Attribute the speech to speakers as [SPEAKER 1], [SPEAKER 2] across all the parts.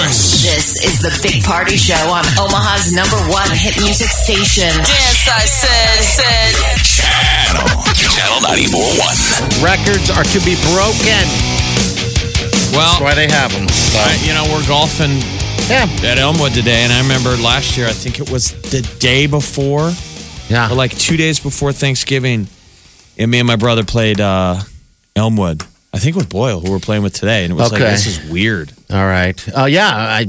[SPEAKER 1] This is the Big Party Show on Omaha's number one hit music station.
[SPEAKER 2] Yes, I said, said.
[SPEAKER 3] Channel. Channel 941.
[SPEAKER 4] Records are to be broken. That's
[SPEAKER 5] Well,
[SPEAKER 4] why they have them. So,
[SPEAKER 5] I- you know, we're golfing
[SPEAKER 4] yeah.
[SPEAKER 5] at Elmwood today, and I remember last year, I think it was the day before,
[SPEAKER 4] Yeah.
[SPEAKER 5] or like two days before Thanksgiving, and me and my brother played uh, Elmwood. I think with Boyle, who we're playing with today, and it was
[SPEAKER 4] Okay.
[SPEAKER 5] like this is weird.
[SPEAKER 4] All right. Uh, yeah. I,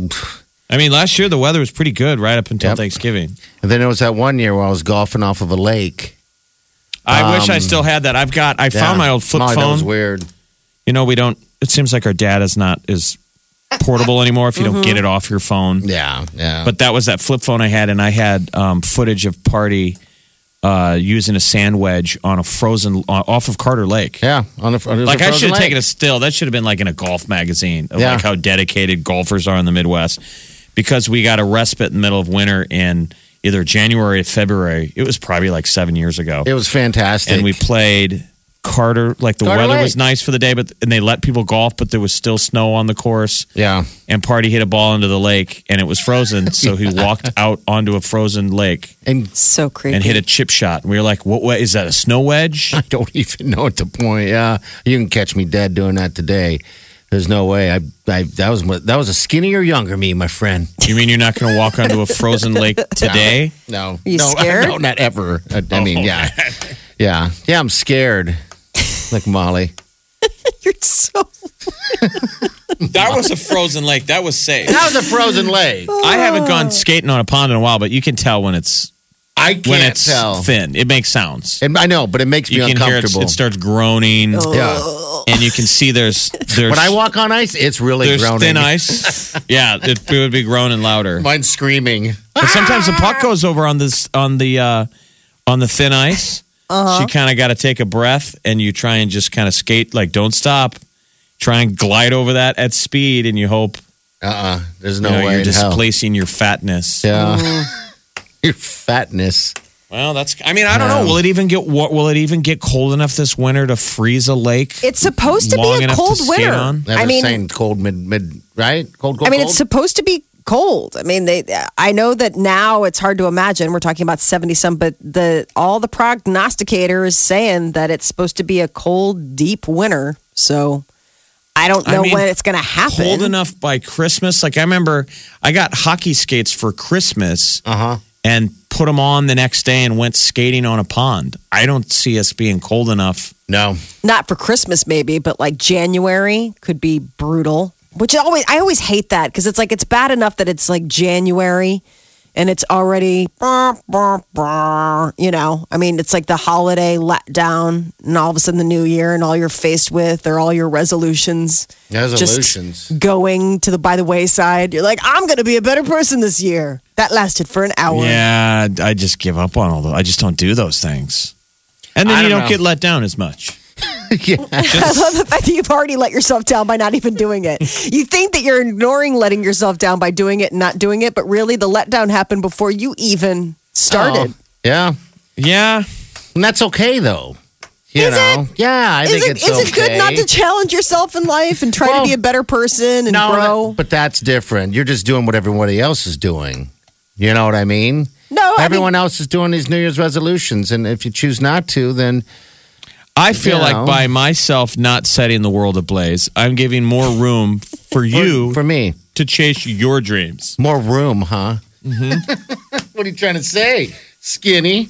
[SPEAKER 5] I mean, last year the weather was pretty good right up until
[SPEAKER 4] Yep.
[SPEAKER 5] Thanksgiving.
[SPEAKER 4] and then there was that one year where I was golfing off of a lake.
[SPEAKER 5] I wish I
[SPEAKER 4] Um,
[SPEAKER 5] still had that. I've got. I found
[SPEAKER 4] Yeah.
[SPEAKER 5] my old flip
[SPEAKER 4] Molly, That
[SPEAKER 5] phone.
[SPEAKER 4] was weird.
[SPEAKER 5] You know, we don't. It seems like our dad is not as portable anymore if you don't get it
[SPEAKER 4] Mm-hmm.
[SPEAKER 5] off your phone.
[SPEAKER 4] Yeah. Yeah.
[SPEAKER 5] But that was that flip phone I had, and I had um, footage of party uh, using a sand wedge on a frozen uh, off of Carter Lake.
[SPEAKER 4] yeah. On the,
[SPEAKER 5] Like I should have taken a
[SPEAKER 4] a.
[SPEAKER 5] still. That should have been like in a golf magazine of
[SPEAKER 4] Yeah.
[SPEAKER 5] like how dedicated golfers are in the Midwest, because we got a respite in the middle of winter in either January or February. It was probably like seven years ago,
[SPEAKER 4] It was fantastic.
[SPEAKER 5] and we played Carter. Like the
[SPEAKER 4] Carter
[SPEAKER 5] weather was
[SPEAKER 4] Lake.
[SPEAKER 5] nice for the day, but and they let people golf, but there was still snow on the course
[SPEAKER 4] yeah.
[SPEAKER 5] and party hit a ball into the lake and it was frozen so he walked out onto a frozen lake
[SPEAKER 4] And
[SPEAKER 2] So creepy.
[SPEAKER 5] and hit a chip shot we were like what, what is that a snow wedge
[SPEAKER 4] I don't even know at the point. Yeah, you can catch me dead doing that today. There's no way. I, I that was my- that was a skinnier, younger me, my friend.
[SPEAKER 5] you mean you're not going to walk onto a frozen lake today
[SPEAKER 4] No,
[SPEAKER 2] You
[SPEAKER 4] no,
[SPEAKER 2] scared?
[SPEAKER 4] no, not ever. I, I
[SPEAKER 5] Oh,
[SPEAKER 4] mean, yeah, yeah, yeah. I'm scared, like Molly.
[SPEAKER 2] You're so.
[SPEAKER 5] that was a frozen lake that was safe
[SPEAKER 4] That was a frozen lake.
[SPEAKER 5] i haven't gone skating on a pond in a while but you can tell when it's
[SPEAKER 4] I can't
[SPEAKER 5] when it's
[SPEAKER 4] tell.
[SPEAKER 5] thin it makes sounds
[SPEAKER 4] And I know, but it makes me
[SPEAKER 5] you can hear it,
[SPEAKER 4] uncomfortable.
[SPEAKER 5] it starts groaning
[SPEAKER 4] yeah.
[SPEAKER 5] and you can see there's there's
[SPEAKER 4] When I walk on ice, it's really
[SPEAKER 5] there's
[SPEAKER 4] groaning.
[SPEAKER 5] thin ice yeah it, it would be groaning louder
[SPEAKER 4] Mine's screaming.
[SPEAKER 5] But sometimes the puck goes over on this on the uh, on the thin ice.
[SPEAKER 6] Uh-huh.
[SPEAKER 5] So you kind of got to take a breath, and you try and just kind of skate like don't stop. Try and glide over that at speed, and you hope
[SPEAKER 4] Uh, uh there's
[SPEAKER 5] you
[SPEAKER 4] no
[SPEAKER 5] know,
[SPEAKER 4] way.
[SPEAKER 5] you're
[SPEAKER 4] in hell.
[SPEAKER 5] displacing your fatness.
[SPEAKER 4] Yeah.
[SPEAKER 6] Mm.
[SPEAKER 4] Your fatness.
[SPEAKER 5] Well, that's. I mean, I don't know. Will it even get what? Will it even get cold enough this winter to freeze a lake?
[SPEAKER 6] It's supposed to
[SPEAKER 5] long
[SPEAKER 6] be a
[SPEAKER 5] enough
[SPEAKER 6] cold
[SPEAKER 5] to skate
[SPEAKER 6] winter.
[SPEAKER 5] on?
[SPEAKER 4] Never
[SPEAKER 6] I mean,
[SPEAKER 4] saying cold mid mid right? Cold cold.
[SPEAKER 6] I mean,
[SPEAKER 4] cold?
[SPEAKER 6] it's supposed to be cold. I mean, they. I know that now it's hard to imagine. We're talking about seventy some, but the all the prognosticators saying that it's supposed to be a cold, deep winter. So I don't
[SPEAKER 5] I
[SPEAKER 6] know
[SPEAKER 5] mean,
[SPEAKER 6] when it's going to happen.
[SPEAKER 5] cold enough by Christmas. Like I remember, I got hockey skates for Christmas
[SPEAKER 4] Uh-huh.
[SPEAKER 5] and put them on the next day and went skating on a pond. I don't see us being cold enough.
[SPEAKER 4] no.
[SPEAKER 6] Not for Christmas, maybe, but like January could be brutal. Which always I always hate that because it's like it's bad enough that it's like January. And it's already, brr, brr, brr, you know, I mean, it's like the holiday letdown, and all of a sudden the new year, and all you're faced with are all your resolutions
[SPEAKER 4] Resolutions.
[SPEAKER 6] going to the by the wayside. You're like, I'm going to be a better person this year. That lasted for an hour.
[SPEAKER 5] Yeah, I just give up on all those. I just don't do those things. And then
[SPEAKER 4] I
[SPEAKER 5] you
[SPEAKER 4] don't
[SPEAKER 5] don't
[SPEAKER 4] know.
[SPEAKER 5] get let down as much.
[SPEAKER 6] I love the fact that you've already let yourself down by not even doing it. You think that you're ignoring letting yourself down by doing it and not doing it, but really the letdown happened before you even
[SPEAKER 4] Oh,
[SPEAKER 6] started.
[SPEAKER 4] Yeah.
[SPEAKER 5] Yeah,
[SPEAKER 4] And that's okay though. You
[SPEAKER 6] Is
[SPEAKER 4] know? Yeah, I
[SPEAKER 6] Is
[SPEAKER 4] think
[SPEAKER 6] it,
[SPEAKER 4] it's
[SPEAKER 6] is
[SPEAKER 4] okay.
[SPEAKER 6] it good not to challenge yourself in life and try
[SPEAKER 4] Well,
[SPEAKER 6] to be a better person and
[SPEAKER 4] no,
[SPEAKER 6] grow?
[SPEAKER 4] that- but that's different. You're just doing what everybody else is doing. You know what I mean?
[SPEAKER 6] no, Oh, I mean,
[SPEAKER 4] Everyone else is doing these New Year's resolutions, and if you choose not to, then
[SPEAKER 5] I feel
[SPEAKER 4] You know.
[SPEAKER 5] like by myself not setting the world ablaze, I'm giving more room for you
[SPEAKER 4] for me,
[SPEAKER 5] to chase your dreams.
[SPEAKER 4] more room, huh? Mm-hmm. what are you trying to say, skinny?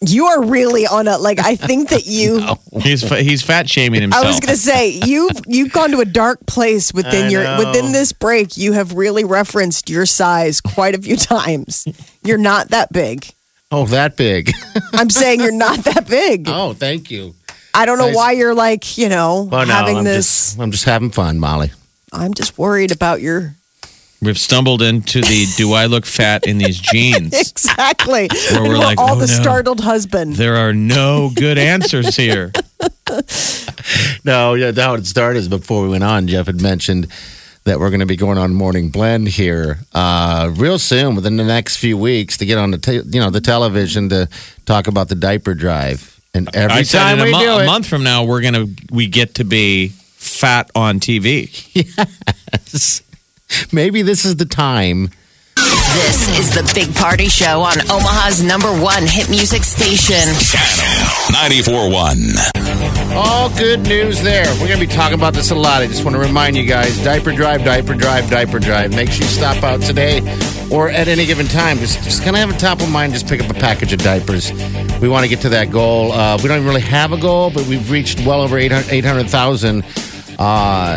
[SPEAKER 6] you are really on a like. I think that you.
[SPEAKER 5] He's fa- he's fat shaming himself.
[SPEAKER 6] I was gonna say you you've gone to a dark place within your within this break. You have really referenced your size quite a few times. You're not that big.
[SPEAKER 4] Oh, that big.
[SPEAKER 6] I'm saying you're not that big.
[SPEAKER 4] oh, thank you.
[SPEAKER 6] I don't know
[SPEAKER 4] Nice.
[SPEAKER 6] why you're like you know
[SPEAKER 4] Well, no,
[SPEAKER 6] having
[SPEAKER 4] I'm
[SPEAKER 6] this.
[SPEAKER 4] just I'm just having fun, Molly.
[SPEAKER 6] I'm just worried about your
[SPEAKER 5] We've stumbled into the do I look fat in these jeans?
[SPEAKER 6] Exactly.
[SPEAKER 5] Where we're
[SPEAKER 6] and
[SPEAKER 5] like,
[SPEAKER 6] all
[SPEAKER 5] oh,
[SPEAKER 6] the
[SPEAKER 5] no.
[SPEAKER 6] startled husband.
[SPEAKER 5] There are no good answers here.
[SPEAKER 4] No, yeah, that would start is before we went on. Jeff had mentioned that we're going to be going on morning blend here uh, real soon within the next few weeks to get on the te- you know the television to talk about the diaper drive. And every
[SPEAKER 5] I said
[SPEAKER 4] time
[SPEAKER 5] in a,
[SPEAKER 4] we
[SPEAKER 5] mo-
[SPEAKER 4] do
[SPEAKER 5] a
[SPEAKER 4] it,
[SPEAKER 5] month from now, we're gonna we get to be fat on TV.
[SPEAKER 4] maybe this is the time.
[SPEAKER 1] This is the Big Party Show on Omaha's number one hit music station.
[SPEAKER 3] Channel 94.1.
[SPEAKER 4] All good news there. We're going to be talking about this a lot. I just want to remind you guys diaper drive, diaper drive, diaper drive. Make sure you stop out today or at any given time. Just, just kind of have a top of mind. Just pick up a package of diapers. We want to get to that goal. Uh, we don't even really have a goal, but we've reached well over 800 800,000. uh,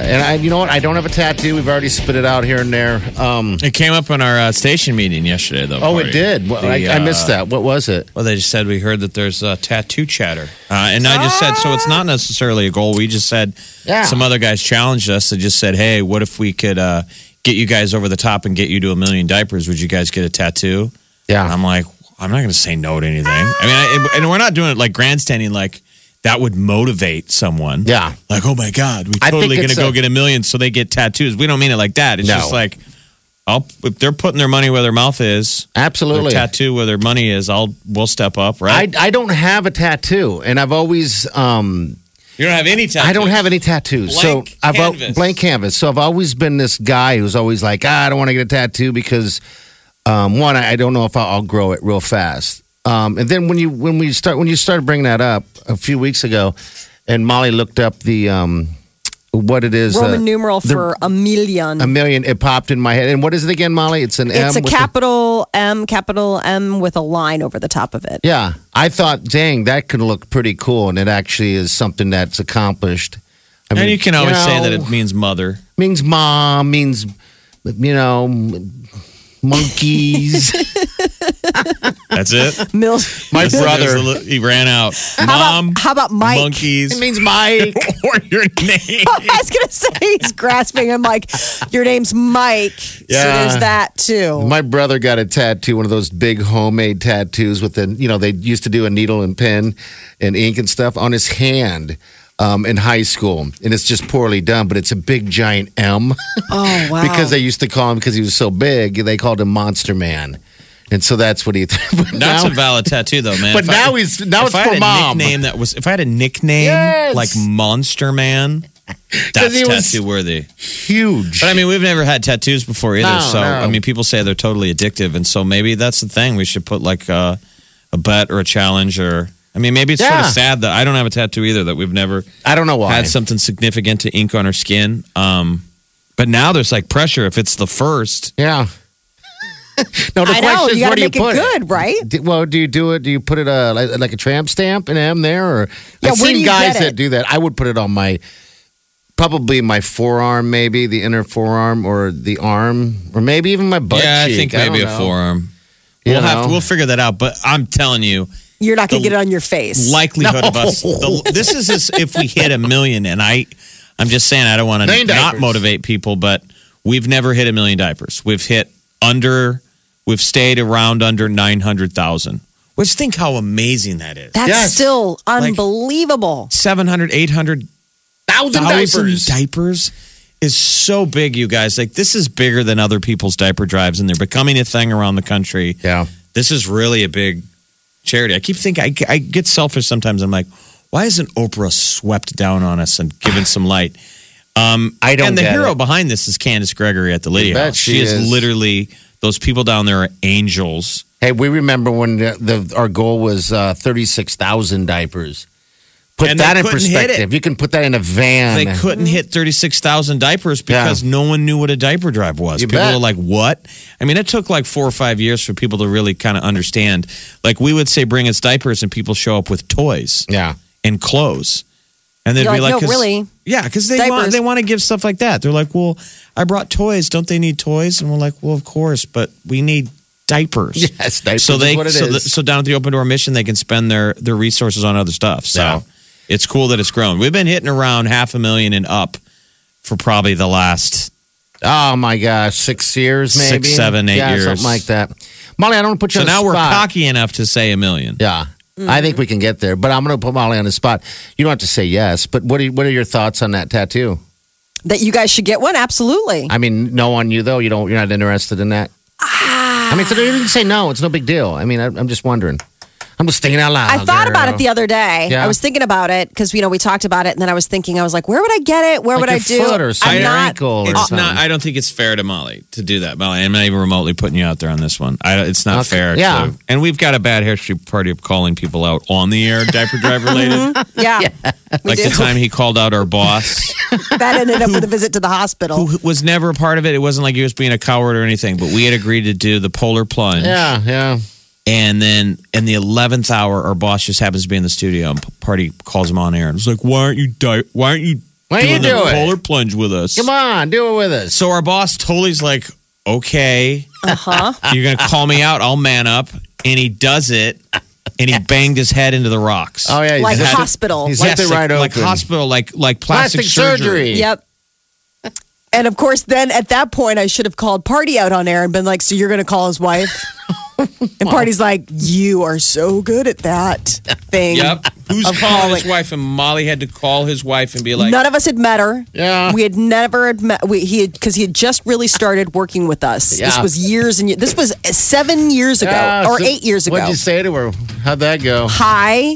[SPEAKER 4] and I, you know what? I don't have a tattoo. We've already spit it out here and there. Um,
[SPEAKER 5] It came up in our uh, station meeting yesterday, though.
[SPEAKER 4] oh,
[SPEAKER 5] Party.
[SPEAKER 4] it did. Well,
[SPEAKER 5] The,
[SPEAKER 4] I, I
[SPEAKER 5] uh,
[SPEAKER 4] missed that. What was it?
[SPEAKER 5] Well, they just said we heard that there's uh, tattoo chatter, uh, and I just said so. It's not necessarily a goal. We just said
[SPEAKER 4] Yeah.
[SPEAKER 5] some other guys challenged us. They just said, "Hey, what if we could uh, get you guys over the top and get you to a million diapers? Would you guys get a tattoo?"
[SPEAKER 4] Yeah.
[SPEAKER 5] And I'm like, I'm not going to say no to anything. I mean, I, and we're not doing it like grandstanding. Like that would motivate someone.
[SPEAKER 4] Yeah.
[SPEAKER 5] Like, oh my god, we
[SPEAKER 4] I think
[SPEAKER 5] totally going to
[SPEAKER 4] it's
[SPEAKER 5] go
[SPEAKER 4] a-
[SPEAKER 5] get a million, so they get tattoos. We don't mean it like that. It's
[SPEAKER 4] No.
[SPEAKER 5] just like, I'll if they're putting their money where their mouth is
[SPEAKER 4] Absolutely.
[SPEAKER 5] their tattoo where their money is, I'll we'll step up,
[SPEAKER 4] I,
[SPEAKER 5] right?
[SPEAKER 4] I don't have a tattoo, and I've always um,
[SPEAKER 5] you don't have any tattoo.
[SPEAKER 4] I don't have any tattoos.
[SPEAKER 5] Blank
[SPEAKER 4] so I've al-
[SPEAKER 5] canvas.
[SPEAKER 4] blank canvas. So I've always been this guy who's always like, ah, I don't want to get a tattoo because um, one, I I don't know if I'll, I'll grow it real fast. Um, and then when you when we start when you started bringing that up a few weeks ago, and Molly looked up the um, what it is
[SPEAKER 6] Roman
[SPEAKER 4] uh,
[SPEAKER 6] numeral
[SPEAKER 4] the-
[SPEAKER 6] for a million.
[SPEAKER 4] a million. It popped in my head. And what is it again, Molly? It's an
[SPEAKER 6] it's
[SPEAKER 4] M
[SPEAKER 6] a
[SPEAKER 4] with the-
[SPEAKER 6] capital M, capital M with a line over the top of it.
[SPEAKER 4] Yeah, I thought, dang, that could look pretty cool, and it actually is something that's accomplished. I
[SPEAKER 5] And you can always say that
[SPEAKER 4] know,
[SPEAKER 5] it means mother.
[SPEAKER 4] means mom, means you know, m- monkeys.
[SPEAKER 5] That's it.
[SPEAKER 6] Mil-
[SPEAKER 5] My
[SPEAKER 4] brother-
[SPEAKER 5] he ran out.
[SPEAKER 6] how,
[SPEAKER 5] Mom,
[SPEAKER 6] about, how about Mike?
[SPEAKER 4] it
[SPEAKER 5] monkeys,
[SPEAKER 4] means Mike.
[SPEAKER 5] or your name.
[SPEAKER 6] I was gonna say he's grasping. I'm like, your name's Mike, so
[SPEAKER 4] Yeah.
[SPEAKER 6] there's that too.
[SPEAKER 4] My brother got a tattoo, one of those big homemade tattoos with the you know they used to do a needle and pen and ink and stuff on his hand. Um, in high school, and it's just poorly done, but it's a big giant M
[SPEAKER 6] oh wow!
[SPEAKER 4] because they used to call him because he was so big. They called him Monster Man, and so that's what he. but
[SPEAKER 5] That's
[SPEAKER 4] now-
[SPEAKER 5] a valid tattoo, though, man.
[SPEAKER 4] But
[SPEAKER 5] If
[SPEAKER 4] now he's- now
[SPEAKER 5] if
[SPEAKER 4] it's
[SPEAKER 5] I
[SPEAKER 4] for
[SPEAKER 5] had a
[SPEAKER 4] mom.
[SPEAKER 5] Nickname that was if I had a nickname
[SPEAKER 4] Yes.
[SPEAKER 5] like Monster Man, that's
[SPEAKER 4] he was-
[SPEAKER 5] tattoo worthy.
[SPEAKER 4] huge.
[SPEAKER 5] But I mean, we've never had tattoos before either.
[SPEAKER 4] No,
[SPEAKER 5] so
[SPEAKER 4] no.
[SPEAKER 5] I mean, people say they're totally addictive, and so maybe that's the thing. We should put like uh, a bet or a challenge, or I mean, maybe it's sort of
[SPEAKER 4] Yeah.
[SPEAKER 5] sad that I don't have a tattoo either. That we've never
[SPEAKER 4] I don't know why.
[SPEAKER 5] had something significant to ink on our skin. Um, but now there's like pressure. If it's the first,
[SPEAKER 4] Yeah. no, the
[SPEAKER 6] I
[SPEAKER 4] question
[SPEAKER 6] know
[SPEAKER 4] is,
[SPEAKER 6] you
[SPEAKER 4] where
[SPEAKER 6] gotta
[SPEAKER 4] do you put
[SPEAKER 6] make it good, right?
[SPEAKER 4] Do- well, do you do it? Do you put it uh, like, like a tramp stamp an M there? Or
[SPEAKER 6] Yeah,
[SPEAKER 4] I've
[SPEAKER 6] where do
[SPEAKER 4] seen
[SPEAKER 6] you
[SPEAKER 4] guys
[SPEAKER 6] get
[SPEAKER 4] that
[SPEAKER 6] it?
[SPEAKER 4] do that. I would put it on my probably my forearm, maybe the inner forearm or the arm, or maybe even my butt.
[SPEAKER 5] yeah, I
[SPEAKER 4] cheek.
[SPEAKER 5] think maybe
[SPEAKER 4] don't
[SPEAKER 5] a
[SPEAKER 4] know.
[SPEAKER 5] forearm.
[SPEAKER 4] You
[SPEAKER 5] we'll have
[SPEAKER 4] know?
[SPEAKER 5] to, we'll figure that out. But I'm telling you,
[SPEAKER 6] You're not gonna
[SPEAKER 5] the-
[SPEAKER 6] get it on your face.
[SPEAKER 5] likelihood of us. The, this is as if we hit a million, and I, I'm just saying I don't want to
[SPEAKER 4] Million
[SPEAKER 5] not
[SPEAKER 4] diapers.
[SPEAKER 5] motivate people, but we've never hit a million diapers. We've hit under, we've stayed around under nine hundred thousand. Which think how amazing that is.
[SPEAKER 6] That's
[SPEAKER 4] Yes.
[SPEAKER 6] still unbelievable.
[SPEAKER 5] 700, 800 thousand
[SPEAKER 4] thousand diapers.
[SPEAKER 5] diapers. is so big, you guys. Like this is bigger than other people's diaper drives, and they're becoming a thing around the country.
[SPEAKER 4] Yeah.
[SPEAKER 5] this is really a big charity. I keep thinking I, I get selfish sometimes. I'm like, why isn't Oprah swept down on us and given some light? Um,
[SPEAKER 4] I don't
[SPEAKER 5] and the
[SPEAKER 4] get
[SPEAKER 5] hero
[SPEAKER 4] it.
[SPEAKER 5] behind this is Candace Gregory at the Lydia
[SPEAKER 4] bet
[SPEAKER 5] House. She,
[SPEAKER 4] she
[SPEAKER 5] is,
[SPEAKER 4] is.
[SPEAKER 5] literally those people down there are angels.
[SPEAKER 4] Hey, we remember when the, the our goal was uh, thirty six thousand diapers. Put
[SPEAKER 5] And they
[SPEAKER 4] that in
[SPEAKER 5] couldn't hit it.
[SPEAKER 4] perspective. You can put that in a van.
[SPEAKER 5] They couldn't hit 36,000 diapers because
[SPEAKER 4] Yeah.
[SPEAKER 5] no one knew what a diaper drive was.
[SPEAKER 4] You
[SPEAKER 5] people
[SPEAKER 4] bet.
[SPEAKER 5] were like, what? I mean, it took like four or five years for people to really kind of understand. Like, we would say, bring us diapers, and people show up with toys.
[SPEAKER 4] Yeah.
[SPEAKER 5] and clothes. And they'd
[SPEAKER 6] You're
[SPEAKER 5] be
[SPEAKER 6] like,
[SPEAKER 5] like,
[SPEAKER 6] "No,
[SPEAKER 5] 'cause-
[SPEAKER 6] really?
[SPEAKER 5] Yeah, because they want,
[SPEAKER 6] Diapers."
[SPEAKER 5] they want to give stuff like that. They're like, well, I brought toys. Don't they need toys? And we're like, well, of course, but we need diapers.
[SPEAKER 4] Yes, diapers
[SPEAKER 5] so
[SPEAKER 4] is
[SPEAKER 5] they
[SPEAKER 4] what it
[SPEAKER 5] so, the-
[SPEAKER 4] is.
[SPEAKER 5] so down at the open door mission, they can spend their their resources on other stuff. So
[SPEAKER 4] Yeah.
[SPEAKER 5] it's cool that it's grown. We've been hitting around half a million and up for probably the last
[SPEAKER 4] Oh my gosh, six years,
[SPEAKER 5] Six,
[SPEAKER 4] maybe
[SPEAKER 5] seven, eight
[SPEAKER 4] yeah,
[SPEAKER 5] years.
[SPEAKER 4] something like that. Molly, I don't want to put you
[SPEAKER 5] So
[SPEAKER 4] on the
[SPEAKER 5] now we're
[SPEAKER 4] spot.
[SPEAKER 5] cocky enough to say a million.
[SPEAKER 4] Yeah. I
[SPEAKER 6] Mm-hmm.
[SPEAKER 4] think we can get there, but I'm going to put Molly on the spot. You don't have to say yes, but what are, what are your thoughts on that tattoo?
[SPEAKER 6] That you guys should get one. Absolutely.
[SPEAKER 4] I mean, no on you though. You don't. You're not interested in that. I mean, so you didn't say no. It's no big deal. I mean, I, I'm just wondering. I'm just thinking out loud.
[SPEAKER 6] I thought about
[SPEAKER 4] girl.
[SPEAKER 6] it the other day.
[SPEAKER 4] Yeah.
[SPEAKER 6] I was thinking about it because you know we talked about it, and then I was thinking I was like, where would I get it? Where
[SPEAKER 4] Like
[SPEAKER 6] would
[SPEAKER 4] your
[SPEAKER 6] I do?
[SPEAKER 4] foot or something,
[SPEAKER 6] I'm
[SPEAKER 4] your
[SPEAKER 6] not. Uh-uh.
[SPEAKER 4] ankle or
[SPEAKER 5] It's
[SPEAKER 4] something.
[SPEAKER 5] not. I don't think it's fair to Molly to do that, Molly. I'm not even remotely putting you out there on this one. I, it's not
[SPEAKER 4] Okay.
[SPEAKER 5] fair.
[SPEAKER 4] Yeah.
[SPEAKER 5] to- and we've got a bad history party of calling people out on the air, diaper drive related.
[SPEAKER 4] Mm-hmm.
[SPEAKER 6] Yeah,
[SPEAKER 5] like the time he called out our boss,
[SPEAKER 6] that ended up with a visit to the hospital.
[SPEAKER 5] who was never a part of it. It wasn't like he was being a coward or anything. But we had agreed to do the polar plunge.
[SPEAKER 4] Yeah, yeah.
[SPEAKER 5] And then in the eleventh hour, our boss just happens to be in the studio, and party calls him on air and was like, "Why aren't you? Di- why aren't you?
[SPEAKER 4] Why don't you
[SPEAKER 5] doing the
[SPEAKER 4] do it?
[SPEAKER 5] polar plunge with us?
[SPEAKER 4] Come on, do it with us.
[SPEAKER 5] So our boss Tolly's like, okay,
[SPEAKER 6] Uh huh.
[SPEAKER 5] you're gonna call me out. I'll man up, and he does it, and he banged his head into the rocks.
[SPEAKER 4] Oh yeah, he's
[SPEAKER 6] Like
[SPEAKER 4] zipped it-
[SPEAKER 6] hospital.
[SPEAKER 4] He's
[SPEAKER 5] Yes,
[SPEAKER 4] zipped it
[SPEAKER 5] like,
[SPEAKER 4] right
[SPEAKER 5] like
[SPEAKER 4] open.
[SPEAKER 5] hospital, like like plastic,
[SPEAKER 4] Plastic surgery.
[SPEAKER 6] Yep. And of course, then at that point, I should have called Party out on air and been like, "So you're going to call his wife?" and Party's like, "You are so good at that thing."
[SPEAKER 5] Yep. Who's
[SPEAKER 6] Of
[SPEAKER 5] calling
[SPEAKER 6] calling-
[SPEAKER 5] his wife? And Molly had to call his wife and be like,
[SPEAKER 6] None of us had met her.
[SPEAKER 4] Yeah.
[SPEAKER 6] we had never had met. We, he had because he had just really started working with us. This
[SPEAKER 4] Yeah.
[SPEAKER 6] was years and ye- this was seven years ago
[SPEAKER 4] Yeah,
[SPEAKER 6] or
[SPEAKER 4] so
[SPEAKER 6] eight years ago.
[SPEAKER 4] What'd you say to her? How'd that go?
[SPEAKER 6] Hi.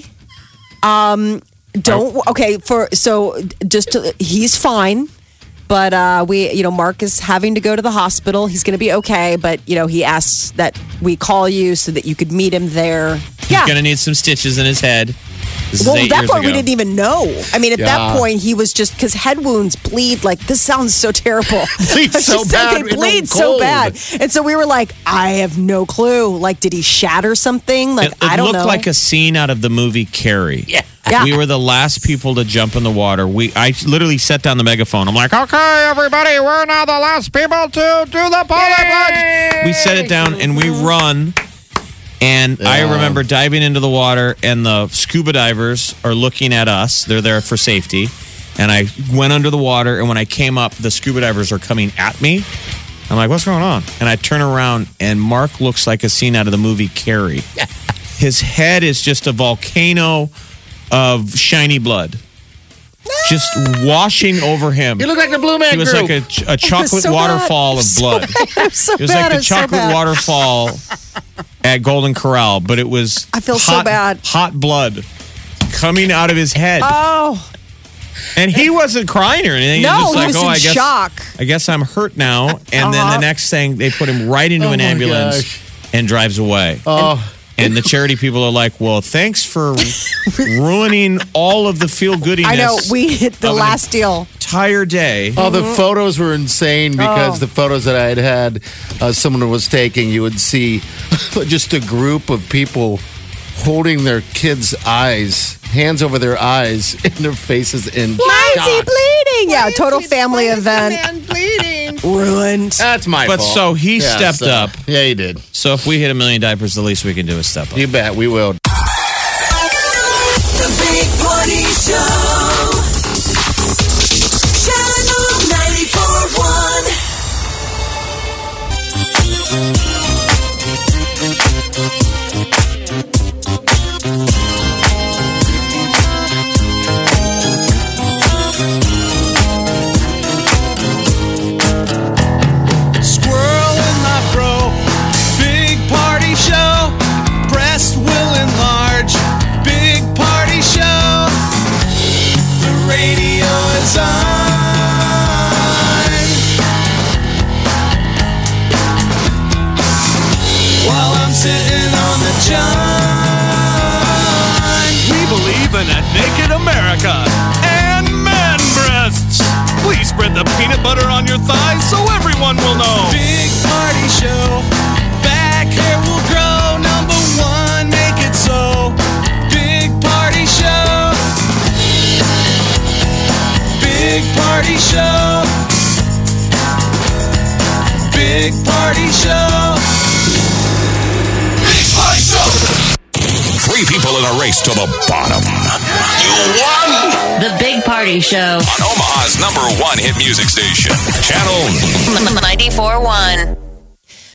[SPEAKER 6] Um, don't okay for so just to, he's fine, but uh, we you know Mark is having to go to the hospital. He's going to be okay, but you know he asks that we call you so that you could meet him there.
[SPEAKER 5] he's
[SPEAKER 6] yeah.
[SPEAKER 5] gonna need some stitches in his head. This is
[SPEAKER 6] well,
[SPEAKER 5] eight
[SPEAKER 6] at that
[SPEAKER 5] years
[SPEAKER 6] point we
[SPEAKER 5] ago.
[SPEAKER 6] didn't even know. I mean, at
[SPEAKER 4] Yeah.
[SPEAKER 6] that point he was just because head wounds bleed. Like this sounds so terrible.
[SPEAKER 4] Bleed
[SPEAKER 6] She
[SPEAKER 4] so
[SPEAKER 6] said
[SPEAKER 4] bad in
[SPEAKER 6] They
[SPEAKER 4] the
[SPEAKER 6] bleed so
[SPEAKER 4] cold.
[SPEAKER 6] bad, and so we were like, I have no clue. Like, did he shatter something? Like,
[SPEAKER 5] It, it
[SPEAKER 6] I don't
[SPEAKER 5] looked
[SPEAKER 6] know.
[SPEAKER 5] like a scene out of the movie Carrie. Yeah.
[SPEAKER 6] Yeah.
[SPEAKER 5] We were the last people to jump in the water. We I literally set down the megaphone. I'm like, okay, everybody, we're now the last people to do the polar plunge. We set it down and we run. And I remember diving into the water, and the scuba divers are looking at us. They're there for safety. And I went under the water, and when I came up, the scuba divers are coming at me. I'm like, what's going on? And I turn around, and Mark looks like a scene out of the movie Carrie. His head is just a volcano of shiny blood, just
[SPEAKER 6] Ah.
[SPEAKER 5] washing over him.
[SPEAKER 4] You look like the Blue Man
[SPEAKER 5] He was
[SPEAKER 4] Group.
[SPEAKER 5] like a, a chocolate
[SPEAKER 6] so bad.
[SPEAKER 5] waterfall of
[SPEAKER 6] So
[SPEAKER 5] blood.
[SPEAKER 6] I'm so
[SPEAKER 5] It was
[SPEAKER 6] bad.
[SPEAKER 5] like the
[SPEAKER 6] I'm so
[SPEAKER 5] chocolate
[SPEAKER 6] bad.
[SPEAKER 5] waterfall at Golden Corral, but it was
[SPEAKER 6] I feel so
[SPEAKER 5] hot,
[SPEAKER 6] bad.
[SPEAKER 5] Hot blood coming out of his head,
[SPEAKER 6] Oh
[SPEAKER 5] and he wasn't crying or anything.
[SPEAKER 6] no,
[SPEAKER 5] he was just like,
[SPEAKER 6] he was
[SPEAKER 5] "Oh,
[SPEAKER 6] in
[SPEAKER 5] I guess
[SPEAKER 6] shock.
[SPEAKER 5] I guess I'm hurt now." And then the
[SPEAKER 6] Uh-huh.
[SPEAKER 5] next thing, they put him right into
[SPEAKER 4] Oh
[SPEAKER 5] an
[SPEAKER 4] my
[SPEAKER 5] ambulance
[SPEAKER 4] gosh.
[SPEAKER 5] and drives away.
[SPEAKER 4] Oh,
[SPEAKER 5] And the charity people are like, "Well, thanks for ruining all of the feel goodiness."
[SPEAKER 6] I know we hit the
[SPEAKER 5] Of an-
[SPEAKER 6] last deal.
[SPEAKER 5] entire day.
[SPEAKER 4] oh, the photos were insane because the photos that I had had, uh, someone was taking. You would see just a group of people holding their kids' eyes, hands over their eyes, and their faces in shock.
[SPEAKER 6] bleeding? Yeah, total family event. Ruined.
[SPEAKER 4] That's my
[SPEAKER 5] But
[SPEAKER 4] fault.
[SPEAKER 5] so he stepped up.
[SPEAKER 4] Yeah, he did.
[SPEAKER 5] So if we hit a million diapers, the least we can do is step up.
[SPEAKER 4] You bet. We will.
[SPEAKER 2] The Big Party Show. Channel 94.1.
[SPEAKER 7] Squirrel in my fro. Big party show. Breast will enlarge. Big party show. The radio is on. While I'm sitting on the john. We believe in a naked America and man breasts. Please spread the peanut butter on your thighs so everyone will know. Big party show. Back hair will grow. Number one, make it so. Big party show. Big party show. Big party show. Big party show.
[SPEAKER 3] Chris Three people in a race to the bottom. You won
[SPEAKER 1] The Big Party Show.
[SPEAKER 3] on Omaha's number one hit music station, Channel
[SPEAKER 1] 94.1.